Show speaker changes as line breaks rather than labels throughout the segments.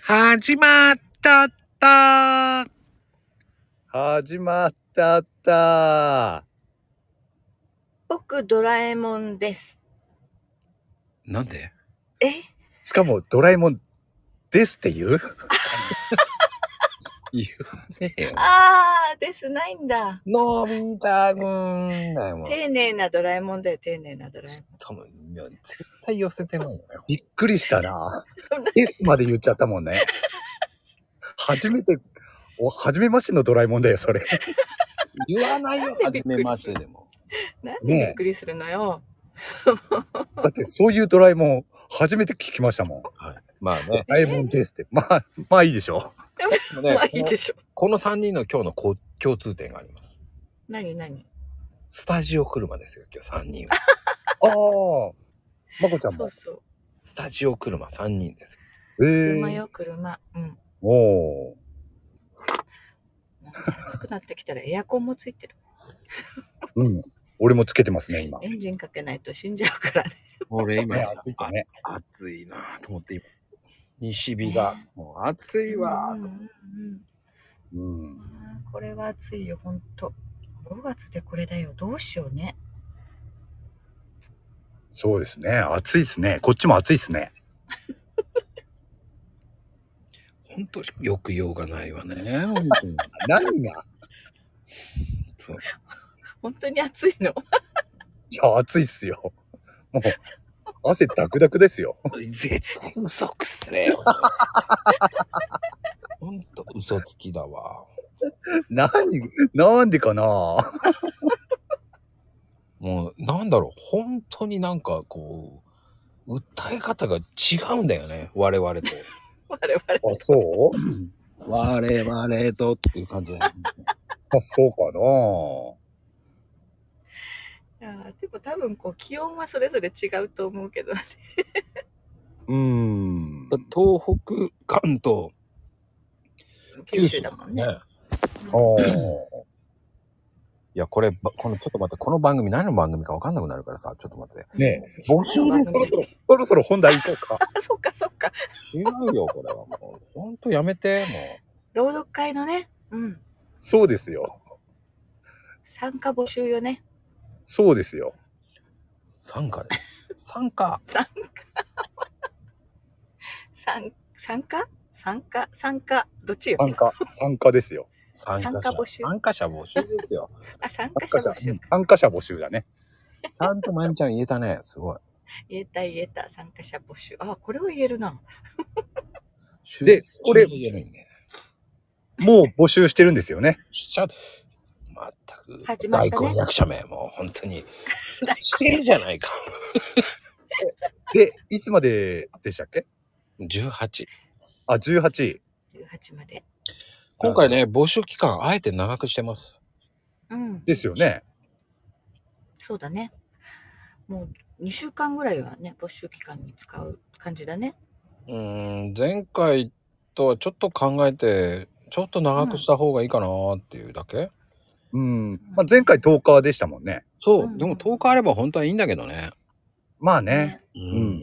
始まったった
始まったった
僕ドラえもんです。
なんで
え、
しかもドラえもんですって言う
言うねえよ。
あーですないんだ。
のび太くんだよ、もう。
丁寧なドラえもんだよ、丁寧なドラえ
多分いや絶対寄せてないよね。
びっくりした な S まで言っちゃったもんね初めてお初めましてのドラえもんだよそれ
言わないよ、
なん
初
でびっくり
めましてでも。
もん。なんで
ねえ
びっくりするのよ。
だってそういうドラえもん初めて聞き ましたもんド
まあね、
ラえもんですってまあまあいいでし ょ
でも
まあ
ね
いいでしょ。
この3人の今日のこ共通点があります。
何何
スタジオ車ですよ、今日3人は。
ああまこちゃん
そ
も
うそう。
スタジオ車3人ですよ。
え
車
ー、
よ、車。うん。
おー
なんか暑くなってきたらエアコンもついてる。
うん俺もつけてますね今
エンジンかけないと死んじゃうからね。
俺今、
ね暑いとね
あ暑いなと思って今。西日が、もう暑いわ
う
ー
ん
と
うん
思って。
うん
うんこれは暑いよ、ほんと。5月でこれだよ、どうしようね。
そうですね暑いですねこっちも暑いですね
ほんと、よく用がないわ ね。ほんとに
何が
そう
本当に暑いの。
いや、暑いっすよ。もう、汗ダクダクですよ。
絶対嘘くせ えよ。ほんと嘘つきだわ。
何、なんでかな
もうなんだろう、本当になんかこう、訴え方が違うんだよね、我々と。
我々。
あ、そう
我々とっていう感じだよね、
あ、そう
いやーでも多分こう気温はそれぞれ違うと思うけど。
かなうーん。
だ 東北、関東、
九州だもんね。
あー
いや、これ、ばこの、ちょっと待って、この番組何の番組か分かんなくなるからさ、ちょっと待って。
ねえ、
募集です
そ
よ
ろ。そろ、そろそろ本題行こうか。
あ、 そっかそっか。
違うよ、これはもう。ほんとやめて、も
朗読会のね、うん、
そうですよ。
参加募集よね。
そうですよ。
う。参加で。参加。
参加。参参加参加参加どっちよ。
参加、参加ですよ。
参加者
参加募集
参加者募集ですよ。
あ、参加者
参
募
加者、うん
集。
参加者募集だね。
ちゃんとまゆみちゃん言えたね。すごい。
言えた言えた参加者募集。あ、これは言えるな。
でこれ
言えないんだよね
もう募集してるんですよね。
しちゃ、まったく、
始まった
大
ね
根役者名、もう本当に
大、根
してるじゃないか。
で、いつまででしたっけ
18。
あ、18。
18まで。
今回ね、募集期間、あえて長くしてます。
うん。
ですよね。
そうだね。もう2週間ぐらいはね、募集期間に使う感じだね。
うーん、前回とはちょっと考えて、ちょっと長くした方がいいかなっていうだけ、
うん。まあ、前回10日でしたもんね。
そう、
うん
でも10日あれば本当はいいんだけどね。
まあね。。
うん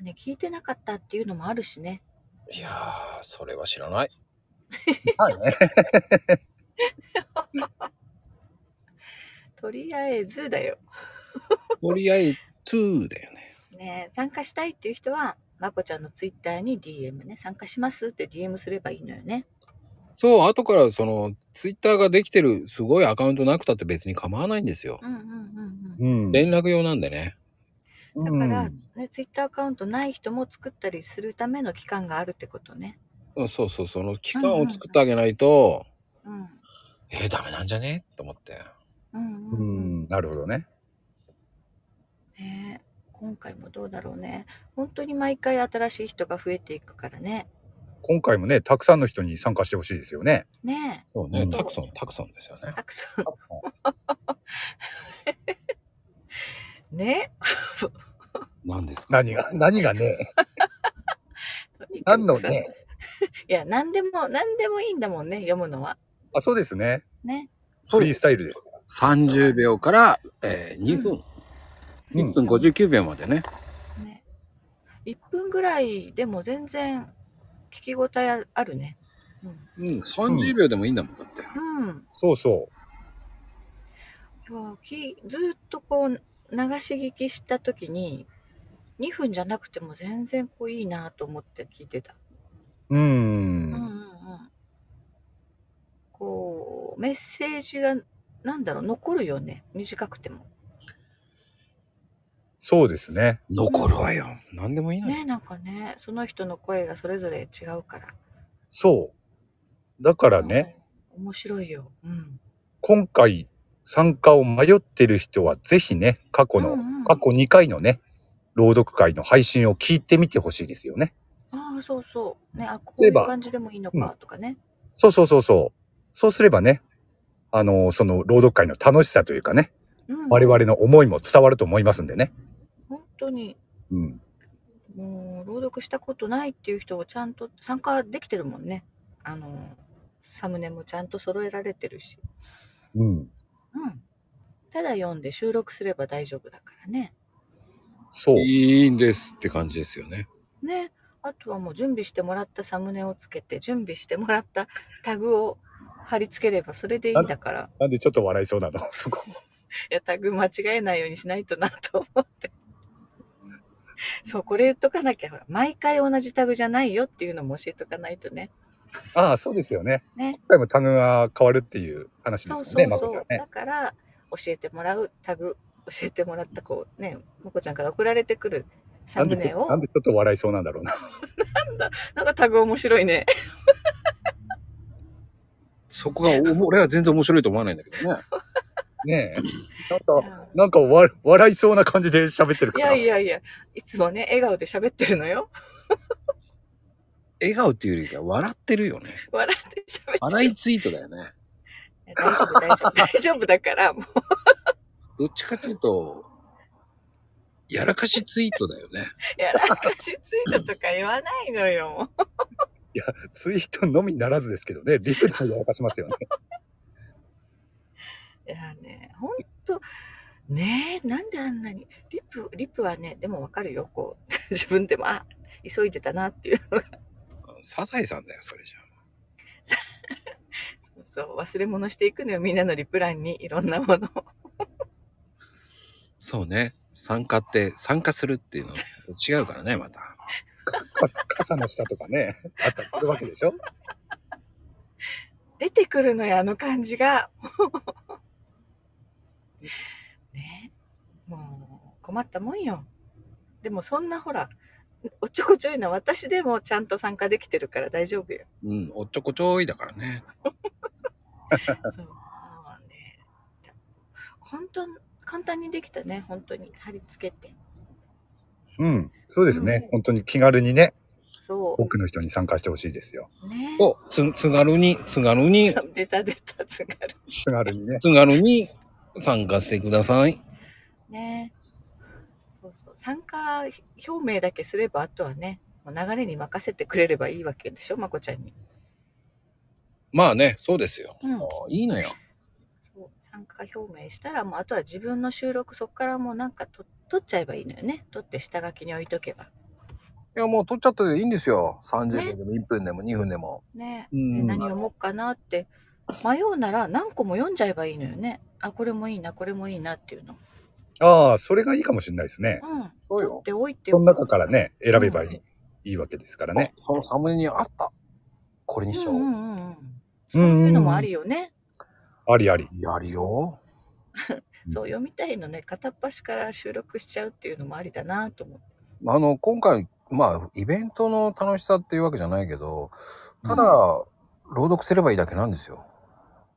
ね、聞いてなかったっていうのもあるしね。
いやー、それは知らない。
はいね。
とりあえずだよ。
とりあえずだよね。
ね、参加したいっていう人は、まこちゃんのツイッターに DM ね、参加しますって DM すればいいのよね。
そう、後からその、ツイッターができてるすごいアカウントなくたって別に構わないんですよ。
うんうんうん
うん。
連絡用なんでね。
うん。だから、
うん
ね、ツイッターアカウントない人も作ったりするための期間があるってことね。
うんそうそう、その期間を作ってあげないと、
うん。
えー、ダメなんじゃねと思って。
うん
う
うん、うん。
ん、なるほどね。
ね今回もどうだろうね。本当に毎回新しい人が増えていくからね。
今回もね、たくさんの人に参加してほしいですよね。
ね
そうね、
うん
たくさん、たくさんですよね
え、。たくさん。 ね
何ですか
何が、何がね、何の。ね。
いや、何でも、何でもいいんだもんね、読むのは。
あ、そうですね。
ね。
そう
フリー
です。
スタイルです。
30秒から、えー、2分。
う
1
ん
分59秒までね。
ね、1分ぐらいでも全然聞き応えああるね。
うん、30秒でもいいんだもん、だって。
うん。
そうそ
そうきずーっとこう流し聞きした時に2分じゃなくても全然こういいなと思って聞いてた。
う。うー。
うんうんうんん。こうメッセージがなんだろう残るよね短くても。
そうですね。
残るわよ。何でもいいのよ。
ねなんかねその人の声がそれぞれ違うから。
そう。だからね、
うん。面白いよ。うん。
今回参加を迷ってる人はぜひね、過去の、
うんうん
過去2回のね、朗読会の配信を聞いてみてほしいですよね。
ああそうそう。ねあこう
例
い
え
う
ば
感じでもいいのかとかね。
そうそうそうそう。そうすればね、あのその朗読会の楽しさというかね、
うん。
我々の思いも伝わると思いますんでね。
本当に
うん。
もう朗読したことないっていう人をちゃんと参加できてるもんねあのサムネもちゃんと揃えられてるし、
うん。
うん、ただ読んで収録すれば大丈夫だからね
そう。
いいんですって感じですよね。
ねあとはもう準備してもらったサムネをつけて準備してもらったタグを貼り付ければそれでいいんだから
なんでちょっと笑いそうなの そこ。
いやタグ間違えないようにしないとなと思ってそうこれ言っとかなきゃほら毎回同じタグじゃないよっていうのも教えとかないとね
ああ、そうですよね。
ね
今回もタグが変わるっていう話です
そ
もん
う
ね、
そう
ま
そう、
こちゃんね。
だから教えてもらうタグ教えてもらったこうねまこちゃんから送られてくるサムネを
な
なんん
でちょっと笑いそうなんだろう な。
かタグ面白いね
そこが、お俺は全然面白いと思わないんだけどね。
ねえ。なんか、なんかわ笑いそうな感じで喋ってる
い
から。
やいやいやいつもね笑顔で喋ってるのよ
笑顔っていうよりか、笑ってるよね。
笑って喋って
笑いツイートだよね。
る大丈夫大丈夫大丈夫だからもう
どっちかというと、やらかしツイートだよね。
やらかしついたとか言わないのよもう
ツイートのみならずですけどね、リプでもやらかしますよね。
いやねほんとねえなんであんなにリプリプはねでもわかるよこう 自分でもあ急いでたなっていう のが
サザエさんだよ、それじゃ。
そうそう忘れ物していくのよみんなのリプランにいろんなものを
そうね。参加って、参加するっていうのは違うからね、また。
傘の下とかね、あったりするわけでしょ。
出てくるのよあの感じが ねもう困ったもんよでもそんなほらおっちょこちょいな私でもちゃんと参加できてるから大丈夫よ
うん、おっちょこちょいだからね。
そうもうね簡単簡単にできたね本当に貼り付けて
うん。そうですね。
うん
本当に気軽にね、
そ
多くの人に参加してほしいですよ。
うね
お、つ、つがるに、つがるに、
出た出たつがる
気軽にね。
つがるに参加してください。
ねそうそう参加表明だけすればあとはねもう流れに任せてくれればいいわけでしょまこちゃんに
まあね、そうですよ。
うん
もういいのよ。
そう参加表明したらもうあとは自分の収録そこからもうなんかと取っちゃえばいいのよね取って下書きに置いとけば
いや、もう取っちゃっていいんですよ。30
ね
分でも1分でも2分でも。
ね
う
で
ん。
何読もうかなって迷うなら何個も読んじゃえばいいのよねあこれもいいなこれもいいなっていうの
ああ、それがいいかもしれないですね。
うん
そう
取っ
よ。
ておいて
その中からね、選べばいい,、
うん
いいわけですから
ね
ね。、
そのサムネにあった。これにし
う
よ
んう
う。
んうんうん
う
そういうんのもありよね、
ありあり。
やるよ。
うん
そう読みたいのね片っ端から収録しちゃうっていうのもありだなと思って
あの、今回、まあ、イベントの楽しさっていうわけじゃないけど、ただ、
うん
朗読すればいいだけなんですよ。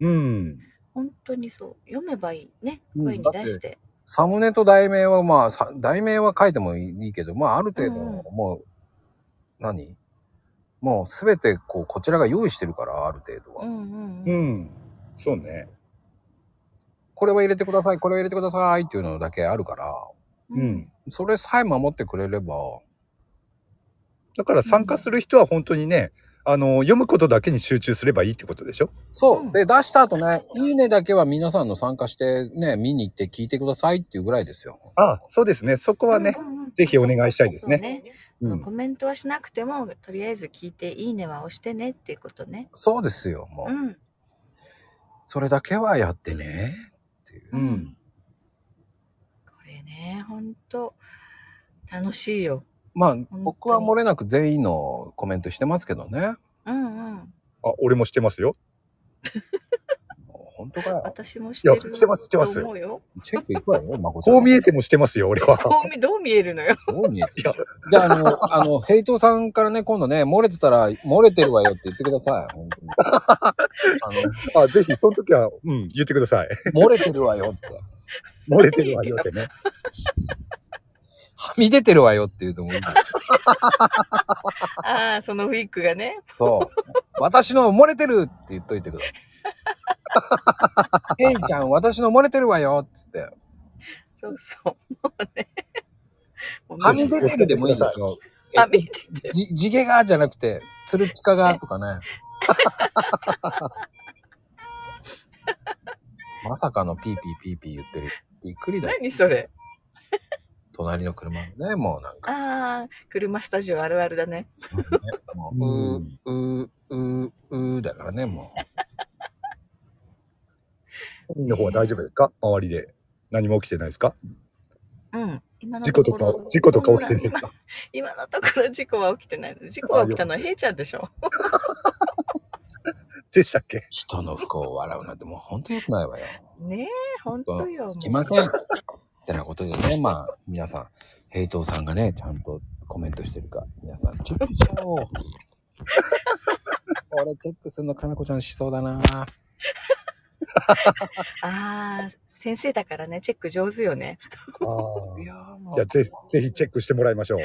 うん。
本当にそう読めばいいね
うん
声に出して,、
サムネと題名は、まあ、さ題名は書いてもいいけど、まあ、ある程度、
うんうん
もう、何もう、すべて、こう、こちらが用意してるから、ある程度は。
うんうんうん
うん。そうね。
これは入れてください、これは入れてくださいっていうのだけあるから、
うん。
それさえ守ってくれれば、
だから参加する人は本当にね、あの、読むことだけに集中すればいいってことでしょ
そう、
うん
で、出した後ね、いいねだけは皆さんの参加して、ね、見に行って聞いてくださいっていうぐらいですよ。
ああ、そうですね。そこはね、
うんうんうん
ぜひお願いしたいですね
そうね
う
コメントはしなくても、とりあえず聞いて、いいねは押してねっていうことね。
そうですよ、もう。
うん。
それだけはやってね。っていう。
うん。
これね、ほんと、楽しいよ。
まあ、僕は漏れなく全員のコメントしてますけどね。
うんうん。
あ、俺もしてますよ。
もう本当かよ。
私もして
い
る。
やしてますしてます
と思うよ。
チェック行く わよ、まこちゃん。
こう見えてもしてますよ、俺は。
こう見、どう見えるの よ。
どう見えて
いや
るじゃあ、あの、あの、ヘイトさんからね、今度ね、漏れてたら、漏れてるわよって言ってください。本 当に。あ
あ、ぜひ、その時は、うん、言ってくだ さい。
の、漏れてるわよって。
漏れてるわよってね。
はみ出てるわよって言うと思う。
ああ、そのウィッグがね。
そう。私の漏れてるって言っといてください。 ヘイちゃん、私の漏れてるわよっつって。
そうそう。もうね。もう
は
見
み
え
出てるでもいいですよ。
あ、見てて。
じ、地毛がじゃなくて、つるぴかがとかね。まさかのピーピーピーピー言ってる。びっくりだよ。
何それ。
隣の車のね、もうなんか。
ああ、車スタジオあるあるだね。
そうね。もう、うー、うー、うーだからね、も
本人の方は大丈夫ですか周りで。何も起きてないですか
うん。今の
事故とか、事故とか起きてないです
今
か
今のところ事故は起きてないの。事故が起きたのはヘイちゃんでしょ。
でしたっけ
う、人の不幸を笑うなんてもう本当に良くないわよ。
ねえ、ほんとよ。もう
いません。ってなことでね、まあ、皆さん、平等さんがね、ちゃんとコメントしてるか、皆さん、チェックしちゃおう。 俺、チェックするの、かなこちゃんしそうだな。
ああ、先生だからね、チェック上手よね。
いやーもう
じゃあ、ぜひ、ぜひチェックしてもらいましょう。